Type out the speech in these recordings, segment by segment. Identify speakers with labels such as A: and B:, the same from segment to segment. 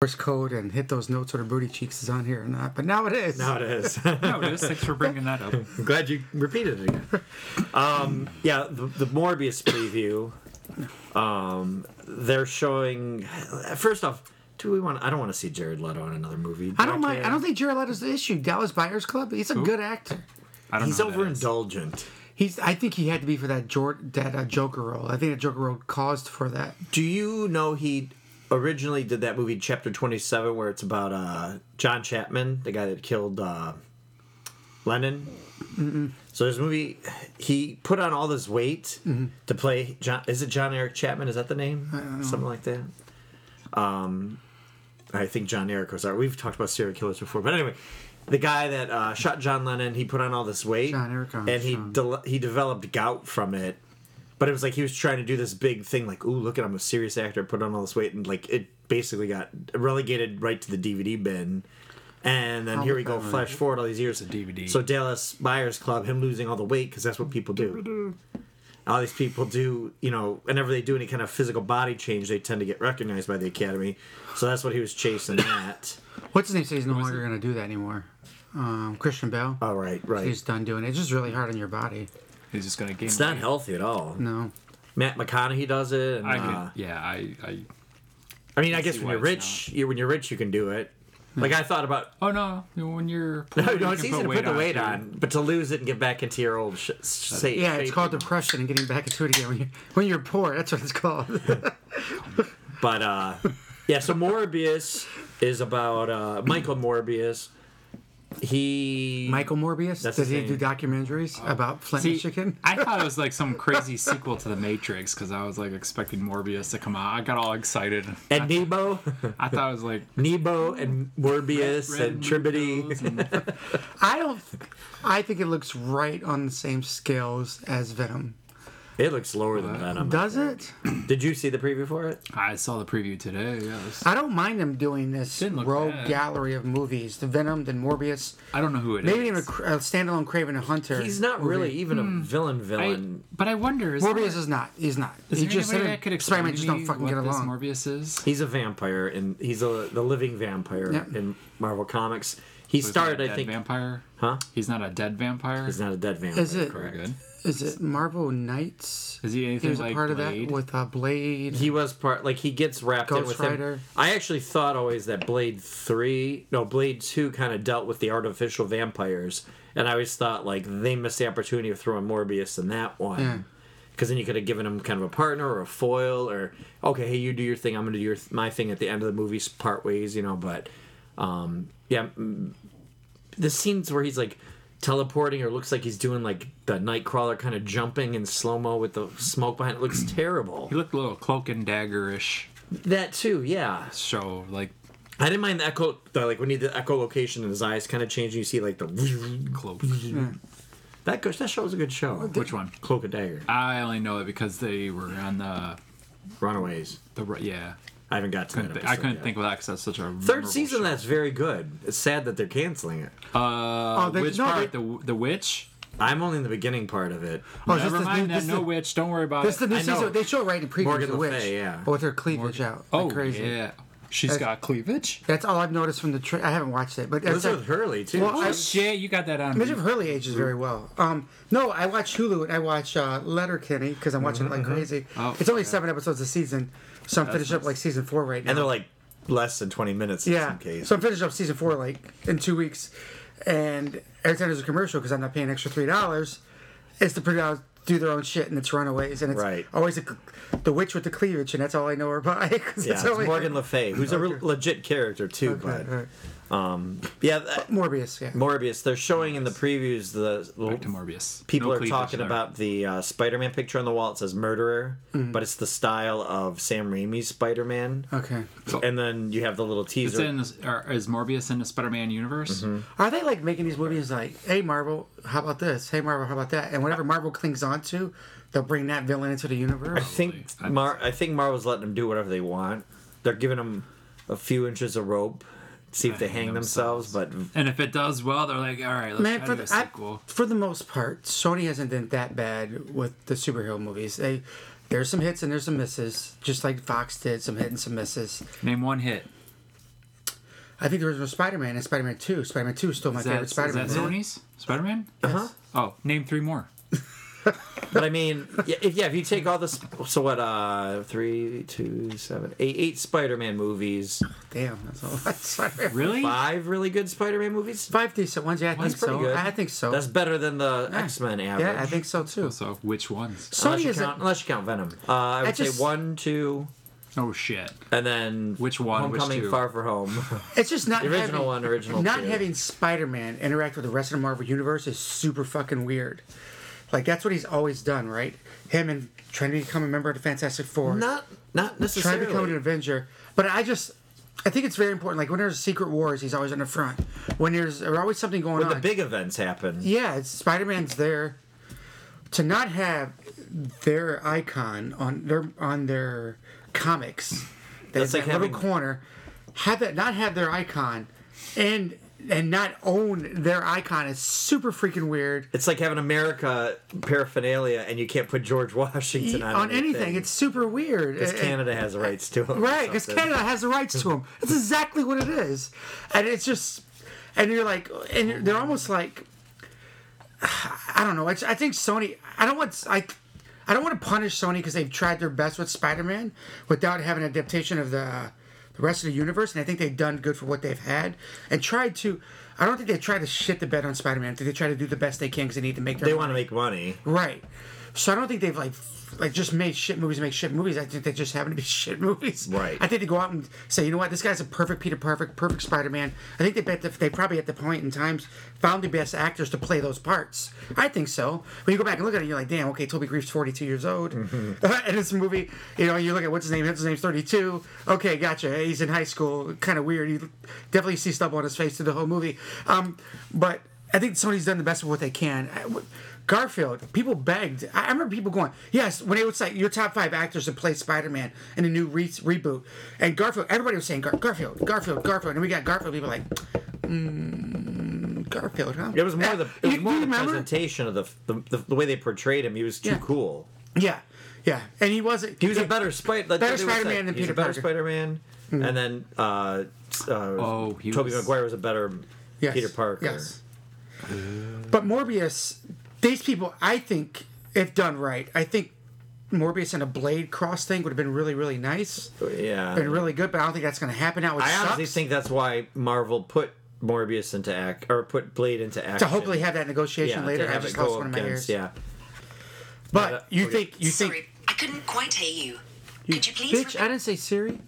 A: Morse code and hit those notes whether Booty Cheeks is on here or not. But nowadays,
B: Now it is.
C: No, it is. Thanks for bringing that up.
B: I'm glad you repeated it again. Um, yeah, the, the Morbius preview. Um, they're showing. First off, do we want? I don't want to see Jared Leto in another movie. Do
A: I don't mind.
B: care?
A: I don't think Jared Leto's the issue. Dallas Buyers Club. He's a good actor.
C: I don't
B: He's
C: know. who that is.
B: overindulgent.
A: He's. I think he had to be for that Jord, that uh, Joker role. I think that Joker role caused for that.
B: Do you know he originally did that movie Chapter Twenty Seven, where it's about uh, John Chapman, the guy that killed uh, Lennon? So this movie, he put on all this weight
A: Mm-hmm.
B: to play. John, is it John Eric Chapman? Is that the name? Something like that. Um, I think John Eric was our. We've talked about serial killers before, but anyway, the guy that uh, shot John Lennon, he put on all this weight,
A: John Eric uh,
B: and he
A: Armstrong.
B: de- he developed gout from it. But it was like he was trying to do this big thing, like, "Ooh, look at I'm a serious actor, put on all this weight," and like it basically got relegated right to the DVD bin. And then here we go, flash forward all these years.
C: DVD.
B: So Dallas Buyers Club, him losing all the weight because that's what people do. All these people do, you know, whenever they do any kind of physical body change, they tend to get recognized by the Academy. So that's what he was chasing. That.
A: What's his name? Says he's no longer going to do that anymore. Um, Christian Bell.
B: All right,
A: He's
B: right.
A: done doing it. It's just really hard on your body.
C: He's just gonna game.
B: It's not healthy at all.
A: No.
B: Matt McConaughey does it. And,
C: I
B: uh,
C: could, yeah, I, I.
B: I mean, I guess
C: see
B: when
C: why
B: you're
C: it's
B: rich, you when you're rich, you can do it. Like I thought about.
C: Oh no! When you're poor,
B: No,
C: you
B: no, it's
C: can
B: easy to put the weight
C: dude.
B: on, but to lose it and get back into your old sh- shape.
A: Yeah, it's
B: shape.
A: called depression and getting back into it again when you when you're poor. That's what it's called.
B: But uh, yeah, so Morbius is about uh, Michael Morbius. He
A: Michael Morbius. Uh,
B: That's
A: Does
B: his
A: he do
B: name.
A: documentaries about Flint,
C: See,
A: Michigan?
C: I thought it was like some crazy sequel to The Matrix because I was like expecting Morbius to come out. I got all excited.
B: and Nebo,
C: I thought it was like
B: Nebo and Morbius
C: Red
B: and Tribity.
C: Windows and-
A: I don't. I think it looks right on the same scales as Venom.
B: It looks lower than Venom.
A: Does it?
B: Did you see the preview for it?
C: I saw the preview today. Yeah, it was-
A: I don't mind them doing this
C: Didn't look
A: rogue
C: bad.
A: gallery of movies: the Venom, then Morbius,
C: I don't know who it is.
A: maybe even a, cr- a standalone Craven and Hunter.
B: He's not
A: movie.
B: really even a villain.
C: I,
B: Villain.
C: but I wonder. Is
A: Morbius
C: there,
A: is not. He's not.
C: is
A: he
C: there
A: just
C: anybody
A: him
C: that
A: and
C: could explain
A: Spider-Man just
C: to me
A: don't fucking
C: what
A: get
C: this
A: along.
C: Morbius is.
B: He's a vampire, and he's a, the living vampire
A: Yeah.
B: in Marvel Comics. He
C: He's not
B: started,
C: a
B: I
C: dead
B: think.
C: Vampire.
B: Huh?
C: He's not a dead vampire.
B: He's not a dead vampire.
A: Is it?
C: Very
B: Correct.
C: good.
A: Is it Marvel Knights?
C: Is he
A: He
C: anything
A: was
C: like
A: a part of
C: Blade?
A: that with uh, Blade.
B: He was part like he gets wrapped in
A: Ghost
B: with him.
A: Rider.
B: I actually thought always that Blade three, no Blade two, kind of dealt with the artificial vampires, and I always thought like they missed the opportunity of throwing Morbius in that
A: Yeah.
B: one, because then you could have given him kind of a partner or a foil or okay, hey, you do your thing, I'm gonna do your my thing at the end of the movie, part ways, you know. But um, yeah, mm, the scenes where he's like teleporting or looks like he's doing like the Nightcrawler kind of jumping in slow mo with the smoke behind it looks terrible.
C: He looked a little cloak and daggerish.
B: That too, yeah.
C: So like
B: I didn't mind the echo, the, like when he did the echolocation and his eyes kind of changing. You see like the
C: cloak.
A: Mm-hmm.
B: that goes. That show was a good show.
C: Which one?
B: Cloak and Dagger,
C: I only know it because they were on the
B: Runaways.
C: the ri- yeah.
B: I haven't got to
C: Couldn't
B: that.
C: thi- I couldn't
B: yet.
C: think of that because that's such a
B: Third
C: memorable
B: season,
C: show.
B: that's very good. It's sad that they're canceling it.
C: Uh,
A: Oh, they-
C: which
A: no,
C: part?
A: they-
C: the the witch.
B: I'm only in the beginning part of it.
A: oh, is this
C: Never
A: the
C: mind
A: new-
C: that.
A: this
C: No
A: the-
C: witch. Don't worry about
A: This is the
C: it.
A: new
B: I know.
A: season. They show it right in previews
B: Morgan
A: of
B: Le
A: Witch,
B: Fay, yeah.
A: but with her cleavage out, like
C: oh
A: crazy.
C: yeah, she's got cleavage.
A: That's all I've noticed from the. Tra- I haven't watched it, but that's
B: Elizabeth Hurley too.
A: Well,
C: Oh
A: I-
C: shit, you got that on.
A: Bishop Hurley ages very
B: Mm-hmm.
A: well. Um, no, I watch Hulu and I watch uh, Letterkenny because I'm watching
B: Mm-hmm,
A: it like crazy.
C: Oh,
A: it's only
C: yeah.
A: seven episodes a season, so I'm finished up like season four right now.
B: and they're like less than 20 minutes in
A: yeah,
B: some case.
A: so I'm finished up season four like in two weeks, and every time there's a commercial because I'm not paying extra three dollars, it's the pretty guys do their own shit and it's Runaways and it's
B: Right.
A: always a, the witch with the cleavage and that's all I know her by. 'cause
B: yeah,
A: that's
B: it's
A: all I-
B: Morgan Le Fay, who's a real, legit character too.
A: Right,
B: but
A: right.
B: um, yeah, that,
A: Morbius, yeah.
B: Morbius. They're showing in the previews the
C: Back to Morbius.
B: people
C: No
B: are
C: cleavage
B: talking
C: there.
B: about the uh, Spider-Man picture on the wall. It says "murderer,"
C: Mm.
B: but it's the style of Sam Raimi's Spider-Man.
A: okay.
B: And then you have the little
C: It's
B: teaser.
C: in, or is Morbius in the Spider-Man universe?
A: Are they like making these movies like, hey Marvel, how about this? Hey Marvel, how about that? And whatever Marvel clings on to, they'll bring that villain into the
B: I
A: universe.
B: think
C: I-
B: Mar- I think Marvel's letting them do whatever they want. They're giving them a few inches of rope, see if they hang themselves.
C: And if it does well, they're like, all right, let's
A: Man,
C: try
A: for
C: to do a
A: the, I,
C: sequel.
A: for the most part, Sony hasn't been that bad with the superhero movies. They there's some hits and there's some misses, just like Fox did, some hit and some misses.
C: Name one hit.
A: I think the original Spider-Man and Spider-Man Two. Spider-Man Two is still my
C: Is that,
A: favorite
C: is that
A: Spider-Man.
C: Sony's Spider Man?
B: Uh-huh.
C: Oh, name three more.
B: But I mean, yeah, if, yeah, if you take all this, so what? Uh, three, two, seven, eight, eight Spider-Man movies,
A: Damn, that's a lot. Spider-Man.
C: Really?
B: five really good Spider-Man movies.
A: Five decent ones. Yeah, I think
B: That's pretty
A: so.
B: good.
A: I think so.
B: That's better than the X-Men average.
A: yeah, I think so too.
C: So which ones?
B: Unless
A: Sony
B: you,
A: is
B: count, unless you count Venom, uh, I would
A: just-
B: say one, two,
C: Oh shit.
B: and then
C: Which one, which
B: Homecoming,
C: two?
B: Far From Home,
A: It's just not
B: The original
A: having,
B: one, original
A: Not
B: two.
A: having Spider-Man interact with the rest of the Marvel universe is super fucking weird. Like that's what he's always done, right? Him and trying to become a member of the Fantastic Four,
B: not not
A: trying to
B: necessarily.
A: become an Avenger. But I just, I think it's very important. Like when there's Secret Wars, he's always on the front. When there's there's always something going
B: When
A: on.
B: the big events happen.
A: yeah, it's Spider-Man's there. To not have their icon on their on their comics, that's
B: That's
A: that
B: like
A: little
B: having-
A: corner, have that not have their icon, and and not own their icon is super freaking weird.
B: It's like having America paraphernalia, and you can't put George Washington on,
A: on anything, it's super weird.
B: because
A: And- and-
B: Canada has the rights to him. or
A: Right, because
B: something.
A: Canada has the rights to them. That's exactly what it is, and it's just, and you're like, and they're almost like, I don't know. I, I think Sony. I don't want. I, I don't want to punish Sony because they've tried their best with Spider-Man without having an adaptation of the, the rest of the universe, and I think they've done good for what they've had and tried to. I don't think they tried to shit the bed on Spider-Man. I think they try to do the best they can because they need to make their
B: They want to make money.
A: Right. So I don't think they've like f- like just made shit movies make shit movies. I think they just happen to be shit movies.
B: Right.
A: I think they go out and say, you know what, this guy's a perfect Peter Perfect, perfect Spider Man. I think they bet that they probably at the point in times found the best actors to play those parts. I think so. When you go back and look at it, you're like, damn, okay, Toby Grief's 42 years old, and it's a movie. You know, you look at what's his name. What's his name's 32. Okay, gotcha. He's in high school. Kind of weird. You definitely see stubble on his face through the whole movie. Um, but I think Sony's done the best of what they can. I- w- Garfield, people begged. I I remember people going, yes, when it was like your top five actors to play Spider Man in a new re- reboot. And Garfield, everybody was saying Gar- Garfield, Garfield, Garfield. And we got Garfield, people like, mm, Garfield, huh?
B: It was more the it
A: You-
B: was more
A: you
B: the
A: remember?
B: presentation of the, the, the the way they portrayed him. He was too
A: Yeah.
B: cool.
A: Yeah, yeah. And he wasn't.
B: He was
A: yeah.
B: a better Spider.
A: Better Spider-Man than Peter
B: a better
A: Parker.
B: Spider-Man, and then uh, uh, oh,
C: he
B: Tobey
C: was-
B: Maguire was a better
A: Yes,
B: Peter Parker.
A: Yes. But Morbius, these people, I think, if done right, I think Morbius and a Blade cross thing would have been really, really nice.
B: Yeah.
A: Been really good, but I don't think that's going to happen. That would
B: I honestly
A: suck.
B: think that's why Marvel put Morbius into act or put Blade into action.
A: to hopefully have that negotiation
B: yeah,
A: later.
B: to
A: I
B: have
A: just
B: it go
A: lost one of my
B: against-
A: ears.
B: Yeah.
A: But
B: that-
A: you
B: okay.
A: think you think
D: Sorry, I couldn't quite hear you. Could you please
A: bitch? I didn't say Siri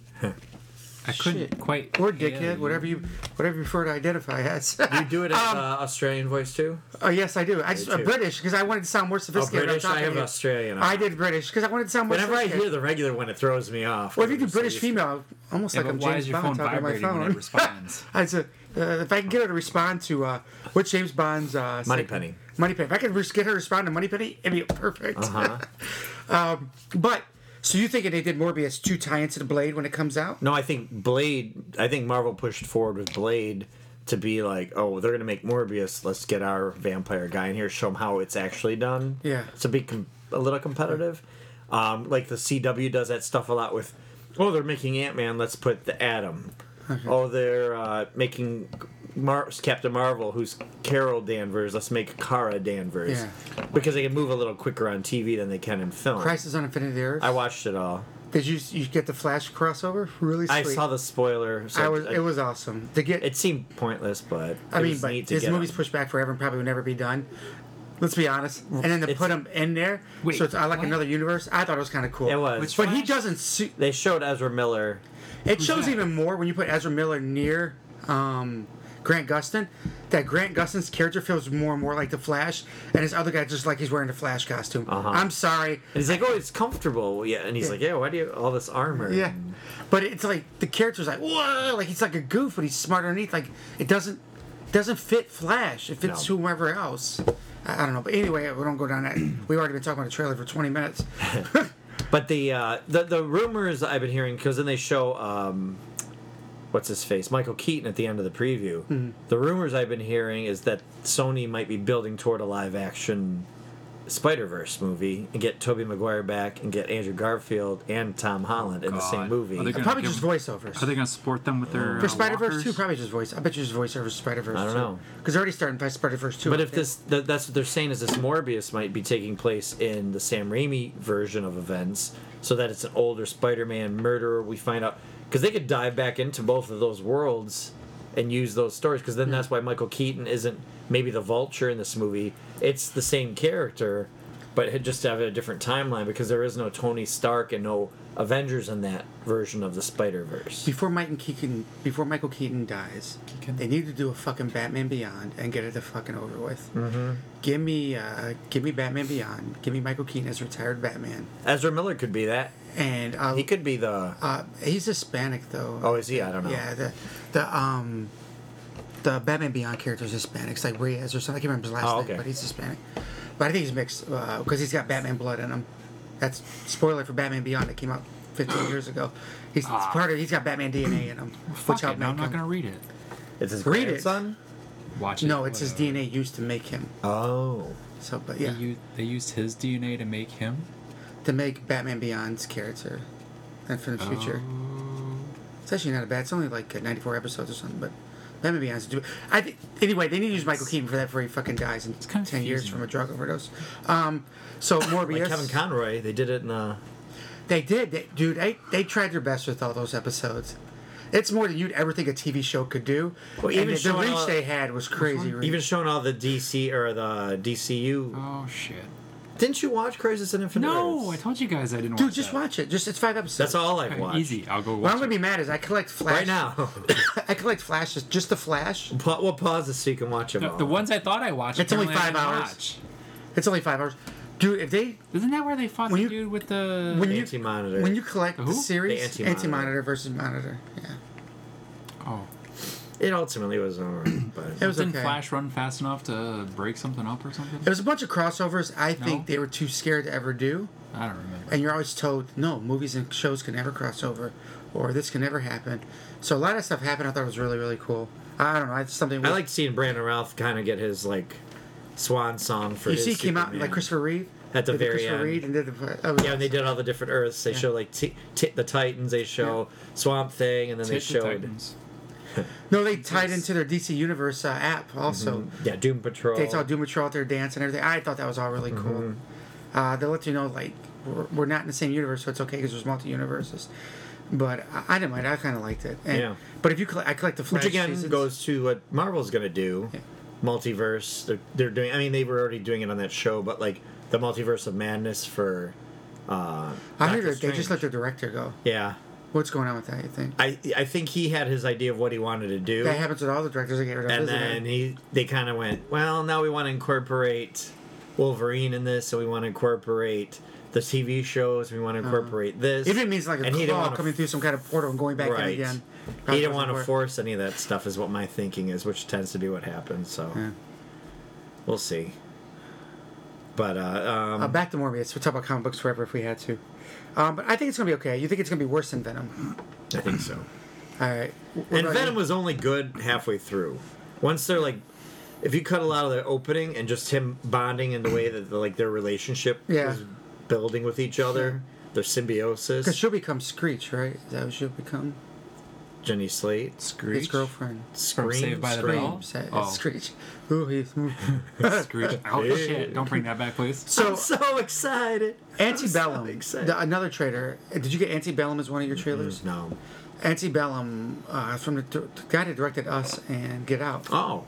C: I couldn't
A: Shit.
C: quite.
A: or dickhead, whatever you whatever you prefer to identify as.
B: You do it in
A: Um,
B: uh, Australian voice too.
A: oh yes, I do. I just uh,
B: too. Oh,
A: British because I wanted to sound more sophisticated.
B: British?
A: I'm
B: I
A: talking
B: have
A: to you.
B: Australian.
A: I did British because I wanted to sound more.
B: Whenever I
A: sophisticated.
B: hear the regular one, it throws me off.
A: Well, if you do
B: I'm so
A: British
B: used to-
A: female, almost
C: Yeah,
A: like
C: but
A: I'm
C: why
A: James
C: is your
A: Bond
C: phone
A: talking on my
C: vibrating when
A: phone.
C: it responds?
A: I said, uh, if I can get her to respond to uh, what James Bond's uh, say-
B: Moneypenny.
A: Moneypenny. If I could res- get her to respond to Moneypenny, it'd be perfect.
B: Uh-huh.
A: um, but so you thinking they did Morbius to tie into the Blade when it comes out?
B: No, I think Blade. I think Marvel pushed forward with Blade to be like, oh, they're gonna make Morbius. Let's get our vampire guy in here, show him how it's actually done.
A: Yeah.
B: to be com- a little competitive. Um, like the CW does that stuff a lot with. Oh, they're making Ant Man. Let's put the Atom. Oh, they're uh, making Mar- Captain Marvel, who's Carol Danvers. Let's make Kara Danvers
A: Yeah.
B: because they can move a little quicker on TV than they can in film.
A: Crisis on Infinity Earth.
B: I watched it all.
A: did you you get the Flash crossover? Really sweet.
B: I saw the spoiler. So
A: I was.
B: I-
A: It was awesome to get.
B: it seemed pointless, but
A: I
B: it
A: mean,
B: was
A: but
B: neat to
A: this
B: get
A: movie's
B: them.
A: pushed back forever and probably will never be done. Let's be honest. And then to
B: It's-
A: put him in there,
C: Wait,
A: so it's I like
C: what?
A: another universe. I thought it was kind of cool.
B: It was. Which
A: but he
C: Flash?
A: doesn't. Su-
B: They showed Ezra Miller.
A: It shows
C: that?
A: even more when you put Ezra Miller near um, Grant Gustin. That Grant Gustin's character feels more and more like the Flash, and this other guy just like he's wearing the Flash costume.
B: Uh-huh.
A: I'm sorry.
B: And he's like, "Oh, it's comfortable." Yeah, and he's like, "Yeah, why do you have all this armor?"
A: Yeah, but it's like the character's like whoa, like he's like a goof, but he's smart underneath. Like it doesn't doesn't fit Flash. It fits
B: No.
A: whomever else. I I don't know, but anyway, we don't go down that. We've already been talking about the trailer for 20 minutes.
B: But the uh, the the rumors I've been hearing because then they show um, what's his face, Michael Keaton at the end of the preview.
A: Mm-hmm.
B: The rumors I've been hearing is that Sony might be building toward a live action Spider Verse movie and get Tobey Maguire back and get Andrew Garfield and Tom Holland in the
C: God.
B: same movie.
C: Are they gonna
A: Probably
C: give-
A: just voiceovers.
C: Are they going to support them with their
A: For
C: uh,
A: Spider Verse
C: walkers?
A: two, probably just voice. I bet you just voiceovers Spider Verse.
B: I don't know.
A: because they're already starting by Spider Verse two.
B: But
A: I
B: if
A: think.
B: this, th- that's what they're saying is this Morbius might be taking place in the Sam Raimi version of events, so that it's an older Spider-Man murderer. We find out because they could dive back into both of those worlds and use those stories. Because then
A: Hmm.
B: that's why Michael Keaton isn't maybe the Vulture in this movie. It's the same character, but it just have a different timeline because there is no Tony Stark and no Avengers in that version of the Spider Verse.
A: before Mike and Keaton, before Michael Keaton dies, they need to do a fucking Batman Beyond and get it the fucking over with. Mm-hmm. Give me, uh, give me Batman Beyond. Give me Michael Keaton as retired Batman,
B: Ezra Miller could be that.
A: and uh,
B: He could be the.
A: uh, he's Hispanic though.
B: Oh, is he? I don't know.
A: Yeah, the the um the Batman Beyond character is Hispanic. It's like Reyes or something. I can't remember his last
B: Oh, okay.
A: name, but he's Hispanic. But I think he's mixed because he's got Batman blood in him. That's spoiler for Batman Beyond that came out 15 years ago. He's it's part of. He's got Batman DNA in him,
C: Ah. Fuck
A: which
C: it,
A: helped
C: no,
A: make
C: I'm not
A: him.
C: going to read it.
B: It's his
A: Read it.
B: grandson.
C: Watch it.
A: No, it's his
C: Whatever.
A: DNA used to make him.
B: Oh.
A: So, but
C: They
A: yeah,
C: u- They used his DNA to make him.
A: to make Batman Beyond's character, and for the future.
B: Oh.
A: It's actually not a bad. It's only like uh, 94 episodes or something, but let me be honest. with you. I think anyway they need to use Michael Keaton for that before he fucking dies in 10 years
C: confusing.
A: from a drug overdose. Um, so Morbius,
B: Like Kevin Conroy, they did it in uh, the.
A: they did, they, dude. They they tried their best with all those episodes. It's more than you'd ever think a TV show could do.
B: Well,
A: and
B: even
A: the, the
B: showing
A: reach
B: all-
A: they had was crazy. reach.
B: Even showing all the DC or the DCU.
A: Uh-huh.
C: Oh shit!
B: Didn't you watch Crisis in Infinite
C: No, I
B: Earths?
C: told you guys I didn't.
A: dude,
C: watch
A: just
C: that.
A: watch it. Just it's five episodes.
B: That's all I've
C: Okay,
B: watched.
C: Easy. I'll go
A: What
C: watch.
A: I'm gonna
C: it.
A: be mad is I collect Flash
B: Right now.
A: I collect Flashes, just the Flash.
B: Pa- we'll pause this so you can watch them
C: The,
B: all.
C: the ones I thought I watched.
A: It's only
C: apparently
A: five
C: I didn't
A: hours.
C: watch.
A: It's only five hours, dude. If they
C: Isn't that where they fought
A: When
C: the
A: you-
C: dude with the?
A: when you
B: Anti-Monitor.
A: when you collect
C: The
A: the,
C: who?
A: series,
B: The Anti-Monitor.
A: anti monitor versus monitor. Yeah.
C: oh,
B: It ultimately was alright, but.
A: It was
C: didn't
A: okay.
C: Flash run fast enough to break something up or something?
A: It was a bunch of crossovers I think they were too scared to ever do.
C: I don't remember.
A: And you're always told, no, movies and shows can never cross over or this can never happen. So a lot of stuff happened I thought was really, really cool. I don't know. It's something
B: I liked seeing Brandon Routh kind of get his, like, swan song for
A: you
B: his
A: see came out
B: Superman.
A: like Christopher Reeve.
B: At the
A: did
B: very
A: Christopher
B: end.
A: Reeve and did the, uh, oh, that was
B: Yeah, and they did all the different Earths. They show, like, t- t- the Titans, they show Swamp Thing, and then they
C: Hit the
B: showed.
C: Titans.
A: No, they tied into their DC Universe uh, app also.
B: Yeah, Doom Patrol.
A: They saw Doom Patrol out there dance and everything. I thought that was all really
B: Mm-hmm.
A: cool. Uh, they let you know like we're, we're not in the same universe, so it's okay because there's multi universes. But I, I didn't mind. I kind of liked it. And,
B: Yeah.
A: But if you collect, I collect the Flash
B: which again
A: seasons.
B: goes to what Marvel's gonna do,
A: Yeah.
B: multiverse. They're, they're doing. I mean, they were already doing it on that show, but like the multiverse of madness for. Uh,
A: I heard that
B: Doctor
A: they just
B: Strange.
A: let their director go.
B: Yeah,
A: What's going on with that? You think
B: I I think he had his idea of what he wanted to do,
A: that happens with all the directors? They get rid of
B: and
A: isn't it?
B: then he they kind of went, well, now we want to incorporate Wolverine in this, so we want to incorporate the TV shows, we want
A: Uh-huh.
B: to incorporate this.
A: If it means like a
B: and he didn't
A: claw
B: wanna
A: coming through some kind of portal and going back
B: Right.
A: in again.
B: He
A: Probably
B: didn't
A: doesn't
B: want to
A: work.
B: force any of that stuff, is what my thinking is, which tends to be what happens. So
A: Yeah.
B: we'll see. But uh, um,
A: Uh, back to Morbius. We'll talk about comic books forever if we had to. Um, but I think it's gonna be okay. You think it's gonna be worse than Venom?
B: I think so.
A: All right. What
B: And
A: about
B: Venom
A: you?
B: was only good halfway through. Once they're like, if you cut a lot of the opening and just him bonding in the way that like their relationship
A: Yeah.
B: is building with each other, their
A: Because
B: symbiosis.
A: she'll become Screech, right? Is that what she'll become?
B: Jenny Slate,
C: Screech.
A: His girlfriend.
B: Scream,
C: Saved by the
B: Scream.
C: Bell?
A: Sa-
C: Oh.
A: Screech. Ooh, he's. ooh.
C: Screech. Oh
B: Yeah.
C: shit! Don't bring that back, please.
A: So,
B: I'm so excited.
A: Antebellum.
B: I'm so excited.
A: the- another trailer. Uh, Did you get Antebellum as one of your trailers?
B: no.
C: Mm-hmm.
A: Antebellum, uh, from the, dir- the guy that directed Us and Get Out,
B: Oh,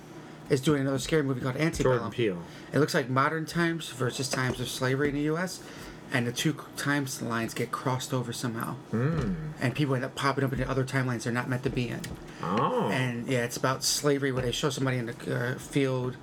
A: is doing another scary movie called
B: Jordan
A: Antebellum.
B: Peele.
A: It looks like modern times versus times of slavery in the U.S., and the two c- times lines get crossed over somehow,
C: Hmm.
A: and people end up popping up into other timelines they're not meant to be in.
B: Oh.
A: And yeah, it's about slavery where they show somebody in the uh, field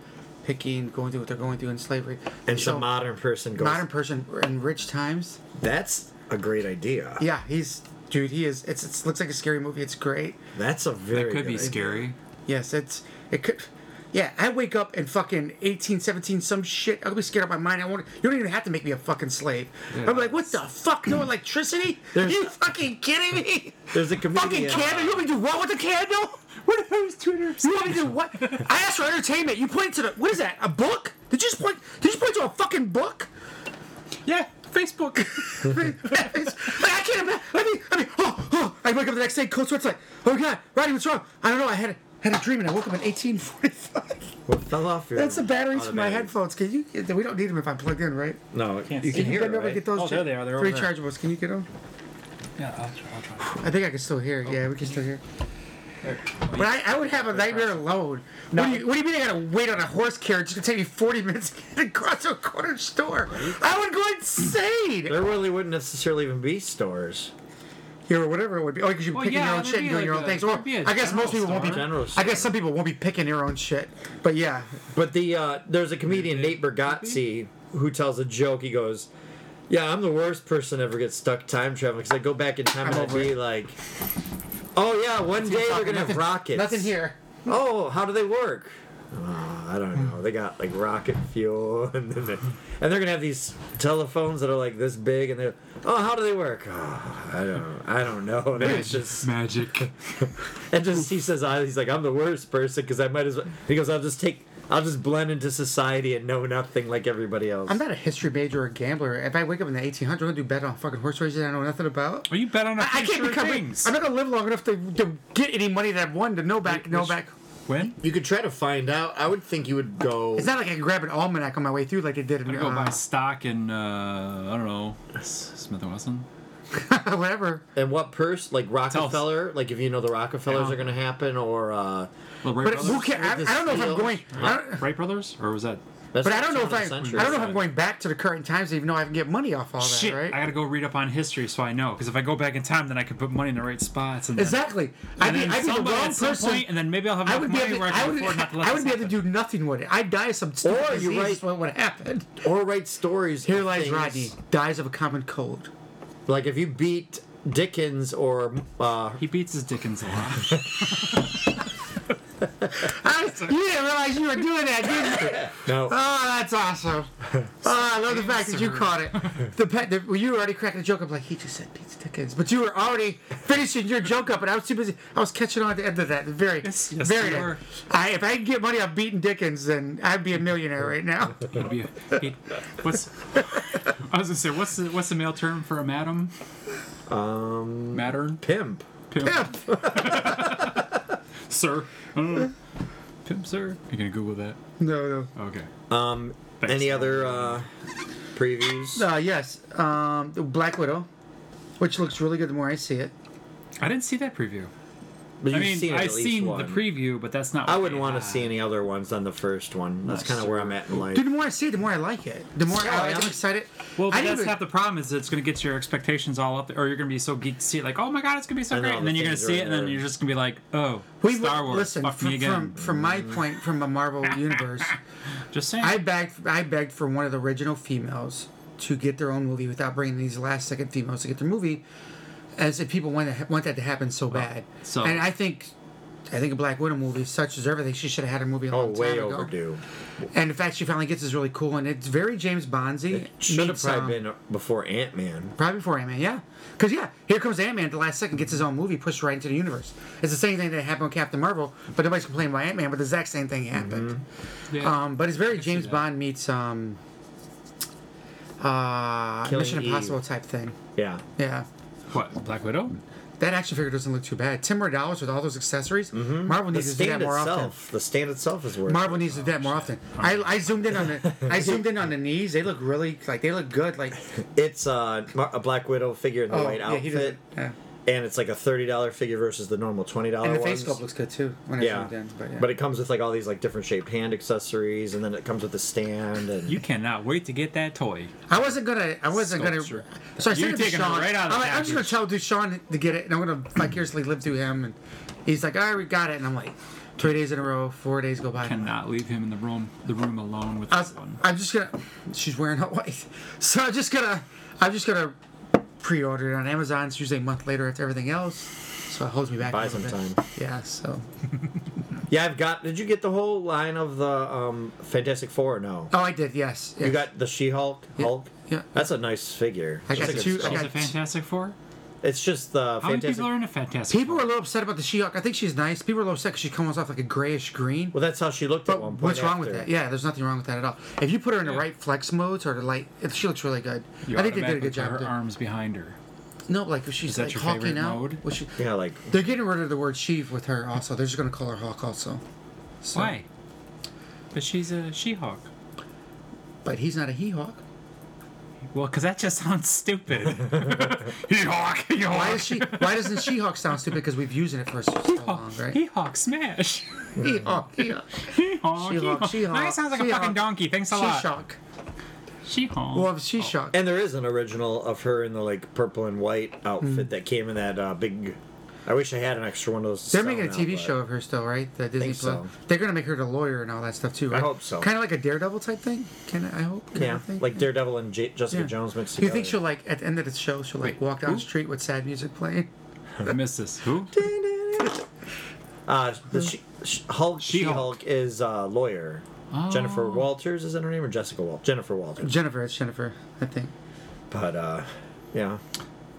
A: picking, going through what they're going through in slavery. They
B: and some
A: show
B: modern person goes.
A: modern person in rich times.
B: That's a great idea.
A: Yeah, he's dude. He is. It's, it's looks like a scary movie. It's great.
B: That's a very.
C: It could
B: good
C: be
B: idea.
C: scary.
A: Yes, it's it could. Yeah, I wake up and fucking 18, 17, some shit. I'll be scared out of my mind. I won't. You don't even have to make me a fucking slave. I'm like, what the fuck? No electricity?
B: There's-
A: you fucking kidding me?
B: There's a
A: fucking
B: comedian.
A: candle. You want me to do what with the candle?
C: What if it was Twitter?
A: You want me to do what? I asked for entertainment. You pointed to the what is that? A book? Did you just point? Did you point to a fucking book?
C: Yeah, Facebook.
A: It's- like, I can't imagine. I mean, I mean, oh, oh. I wake up the next day, cold sweats, like, oh god, Roddy, what's wrong? I don't know. I had a, had a dream and I woke up in 1845.
B: What fell off your?
A: That's the batteries
B: Oh,
A: for my
B: batteries.
A: headphones. Can you? We don't need them if I'm plugged in, right?
B: No,
E: Can't
B: you
E: see
B: can
E: it.
B: hear
A: Can
B: it.
A: you
B: Right?
A: get those
E: Oh, there they are. They're
A: three
E: over there.
A: chargeables. Can you get them?
E: Yeah, I'll try. I'll try.
A: I think I can still hear. Yeah, we can still hear. But I, I would have a nightmare alone. What, do you, what do you mean I gotta wait on a horse carriage? It's gonna take me 40 minutes to get across to a corner store. I would go insane.
B: There really wouldn't necessarily even be stores.
A: Here, or whatever it would be. Oh, because you're
C: Well,
A: picking
C: yeah,
A: your own
C: there'd
A: shit and
C: be
A: doing your own
C: like a-
A: things. Or
C: there'd be a
A: I guess most
C: general
A: people won't be.
C: store.
B: General
A: I guess some people won't be picking their own shit. But yeah,
B: But the uh, there's a comedian Nate Bargatze who tells a joke. He goes, "Yeah, I'm the worst person to ever get stuck time traveling because I go back in time
A: I'm
B: and I'd
A: over
B: be like, oh yeah, one day we're gonna have rockets.
A: nothing here.
B: Oh, how do they work? Uh, I don't know. They got like rocket fuel, and, then they, and they're gonna have these telephones that are like this big, and they're oh, how do they work? Oh, I don't, I don't know. And it's just
C: Magic.
B: and just he says, I, he's like, I'm the worst person because I might as well. He goes, I'll just take, I'll just blend into society and know nothing like everybody else.
A: I'm not a history major or a gambler. If I wake up in the 1800s, I'm gonna do bet on fucking horse races I know nothing about.
C: Well, you bet on a
A: I, I
C: picture
A: can't
C: of
A: become.
C: things.
A: I'm not gonna live long enough to, to get any money that I've won to know back, know
C: Which-
A: back.
C: When?
F: You could try to find out. I would think you would go.
A: It's not like I can grab an almanac on my way through like they did in
C: Go buy
A: uh,
C: stock in, uh, I don't know, S- Smith & Wesson?
A: uh, whatever.
B: and what purse, like Rockefeller, like if you know the Rockefellers
C: Yeah.
B: are gonna happen, or uh,
C: Well, Wright
A: But
C: Brothers?
A: who can, I, I don't know if I'm going. I don't,
C: Wright Brothers? Or was that...
B: that's
A: but I don't
B: the
A: know if
B: turn
A: I. I
B: of the
A: don't
B: century.
A: know if I'm going back to the current times, even though I can get money off all that.
C: Shit,
A: right?
C: I gotta go read up on history so I know. Because if I go back in time, then I could put money in the right spots. And Then,
A: exactly. I'd
C: and
A: be,
C: then
A: I'd be the
C: somebody
A: wrong
C: at some
A: person.
C: point, and then maybe I'll have
A: I
C: enough
A: would be
C: money
A: able to,
C: where I
A: I
C: can
A: would,
C: afford not to let
A: I
C: this
A: would be able to
C: happen.
A: do nothing with it. I'd die of some
B: Or
A: stupid
B: you're
A: disease.
B: right.
A: is What would happen?
B: or write stories.
A: Here
B: of
A: lies
B: things.
A: Rodney, dies of a common cold.
B: Like if you beat Dickens or uh,
C: He beats his Dickens a lot.
A: I, you didn't realize you were doing that, did you?
B: no,
A: Oh, that's awesome. Oh, I love the fact that you
C: Sir.
A: caught it. The, pe- the well, you were already cracking a joke up like he just said Pete Dickens, but you were already finishing your joke up, and I was too busy. I was catching on at the end of that. Very,
C: Yes, yes,
A: very.
C: you
A: good.
C: were.
A: I, if I could get money on beating Dickens, then I'd be a millionaire right now.
C: He'd be a- he'd- what's? I was gonna say what's the what's the male term for a madam? Um, madam,
B: pimp.
C: pimp,
A: Yeah.
C: sir, I don't know. pimp, sir. You're gonna Google that?
A: no,
C: Okay.
B: Um,
C: Thanks.
B: any other uh, previews?
A: no. Uh, yes, um, the Black Widow, which looks really good the more I see it.
C: I didn't see that preview.
B: But
C: I
B: you've
C: mean,
B: seen at
C: I've
B: least
C: seen
B: one.
C: the preview, but that's not.
B: I
C: what
B: wouldn't
C: they
B: want to
C: had.
B: see any other ones than the first one. That's kind of where I'm at in life.
A: Dude, the more I see it, the more I like it. The more I, I'm excited.
C: Well,
A: I
C: but
A: didn't
C: that's
A: even-
C: half the problem is it's gonna get your expectations all up, or you're gonna be so geeked to see it, like, oh my god, it's gonna be so
B: And
C: great,
B: all
C: and then
B: the
C: you're gonna
B: things
C: see
B: are
C: it, and then
B: in
C: you're
B: there.
C: just gonna be like, oh,
A: We-
C: Star Wars,
A: Listen,
C: fuck
A: from,
C: me again. Mm-hmm.
A: from from my point, from a Marvel universe,
C: just saying.
A: I begged I begged for one of the original females to get their own movie without bringing these last second females to get their movie, as if people want to, want that to happen so bad.
C: so-
A: and I think. I think a Black Widow movie, such as everything, she should have had a movie a
B: Oh,
A: long time
B: way
A: ago.
B: overdue.
A: And the fact she finally gets is really cool, and it's very James Bondsy.
B: Should have
A: meets, um,
B: probably been before Ant Man.
A: Probably before Ant Man, yeah. Because, yeah, here comes Ant Man at the last second, gets his own movie pushed right into the universe. It's the same thing that happened with Captain Marvel, but nobody's complaining about Ant Man, but the exact same thing happened.
B: Mm-hmm.
C: Yeah.
A: Um, but it's very James
C: that.
A: Bond meets um, uh,
B: Killing
A: Mission
B: Eve.
A: Impossible type thing.
B: Yeah.
A: Yeah.
C: what Black Widow?
A: That action figure doesn't look too bad. Ten more dollars with all those accessories. Marvel
B: Mm-hmm. The
A: needs to do
B: stand
A: that more often.
B: itself. Oh, The stand itself is worth.
A: Marvel needs to do that more often. I, I zoomed in on the I zoomed in on the knees. They look really like they look good. Like
B: It's uh, Mar- a Black Widow figure in the
A: oh
B: white
A: yeah, he does.
B: outfit, and it's like a thirty dollar figure versus the normal twenty dollar.
A: And the
B: ones.
A: face sculpt looks good too. When I
B: Yeah.
A: zoomed in, but, yeah.
B: it comes with like all these like different shaped hand accessories, and then it comes with the stand. And
C: You cannot wait to get that toy.
A: I wasn't gonna. I wasn't
C: Sculpture.
A: gonna. So I
C: You're
A: said to
C: taking it
A: Deshaun,
C: right out of the
A: I'm, like, I'm just gonna
C: package.
A: tell Deshaun to get it, and I'm gonna vicariously live through him. And he's like, "All right, we got it." And I'm like, three days in a row, four days go by.
C: Cannot leave him in the room, the room alone with
A: I
C: this
A: was,
C: one.
A: I'm just gonna. She's wearing all white, so I'm just gonna. I'm just gonna pre-order it on Amazon. It's usually a month later after everything else. so it holds me back. a
B: Buy
A: little bit.
B: sometime.
A: Yeah. So.
B: Yeah, I've got. Did you get the whole line of the um, Fantastic Four? Or no,
A: Oh, I did. Yes. yes.
B: you got the She-Hulk. Hulk.
A: yeah.
B: that's a nice figure.
A: I got
B: It's
A: two-
B: just-
A: I
C: She's
A: got-
C: a Fantastic Four.
B: It's just the
C: How many
B: Fantastic.
C: people are in a Fantastic
A: People
C: Four?
A: were a little upset about the She-Hulk. I think she's nice. People were a little upset because she comes off like a grayish green.
B: well, that's how she looked at
A: But
B: one point.
A: what's wrong with
B: after.
A: that? Yeah, there's nothing wrong with that at all. If you put her in the right flex modes or the light, if she looks really good.
C: You
A: I think they did a
C: automatically
A: good
C: put
A: job.
C: Her
A: there.
C: arms behind her.
A: No, like if she's
C: that
A: like
C: your
A: hawking
C: favorite
A: out.
C: mode?
A: what she-
B: Yeah, like
A: they're getting rid of the word she with her also. They're just gonna call her Hawk also. So-
C: Why? But she's a She-Hulk.
A: But he's not a he hawk.
C: Well, because that just sounds stupid. He-Hawk,
A: Why
C: He-Hawk,
A: does she? Why doesn't she hawk sound stupid? Because we've used it for so long, right?
C: He-Hawk, smash.
A: He hawk. He hawk.
C: She-Hulk,
A: She-Hulk,
C: He-Hulk.
A: She-Hulk,
C: Now he sounds like a
A: She-Hulk.
C: fucking donkey. Thanks a
A: She
C: lot. Oh.
A: shock.
C: She-Hulk.
A: Well, she shock.
B: And there is an original of her in the like purple and white outfit
A: Hmm.
B: that came in that uh, big. I wish I had an extra one of those. to
A: They're
B: sell
A: making a
B: now,
A: TV
B: but-
A: show of her still, right? The Disney
B: Think so.
A: Plus. They're gonna make her the lawyer and all that stuff too, right?
B: hope so.
A: Kind of like a Daredevil type thing. Can I I hope? Kind
B: Yeah,
A: of thing?
B: like Daredevil and J- Jessica
A: Yeah.
B: Jones mixed
A: Do you
B: together.
A: think she'll like at the end of the show she'll like
C: Wait,
A: walk down
C: who?
A: the street with sad music playing?
C: I missed this. Who?
B: Uh, the she, she, Hulk,
C: She-Hulk.
B: She-Hulk is uh, lawyer.
A: Oh.
B: Jennifer Walters is that her name or Jessica Walters? Jennifer Walters.
A: Jennifer, it's Jennifer, I think.
B: But uh, yeah.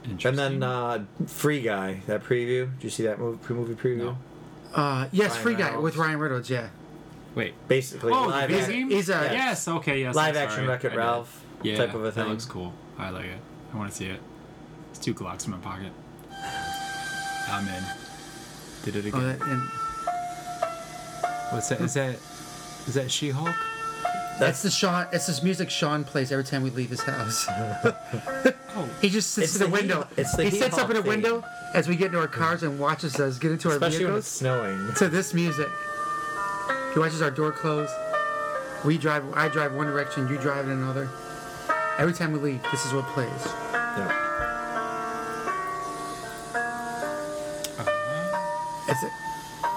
B: And
C: Interesting.
B: then uh, Free Guy, that preview. Did you see that movie, pre-movie preview?
C: No.
A: Uh, yes,
B: Ryan
A: Free Guy
B: Reynolds.
A: with Ryan Reynolds. Yeah,
C: Wait.
B: Basically,
C: Oh,
B: live,
C: the
A: act-
C: video game?
A: he's a-
C: yes. Okay. Yes.
B: live
C: I'm
B: action
C: sorry.
B: Wreck-It
C: I did.
B: Ralph
C: Yeah,
B: type of a
C: That
B: thing.
C: looks cool. I like it. I want to see it. It's two Glocks in my pocket. I'm in. Did it
A: oh,
C: again.
A: that, and
C: What's that? Is that is that She-Hulk?
A: that's the Sean. It's this music Sean plays every time we leave his house. Oh. He just sits
B: It's
A: in the,
B: the heat-
A: window.
B: it's the
A: he
B: heat
A: sits up in a
B: hawk thing.
A: window as we get into our cars and watches us get into our
B: especially when it's
A: vehicles
B: snowing.
A: to this music. He watches our door close. We drive. I drive one direction. You drive in another. Every time we leave, this is what plays.
B: Yeah.
A: It's a,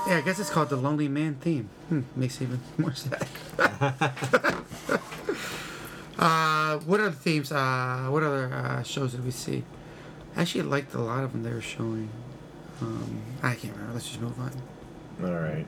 A: yeah, I guess it's called the Lonely Man theme. Hmm, makes even more sad. uh, what other themes? Uh, what other uh, shows did we see? I actually liked a lot of them they were showing. Um, I can't remember. Let's just move on.
B: All right.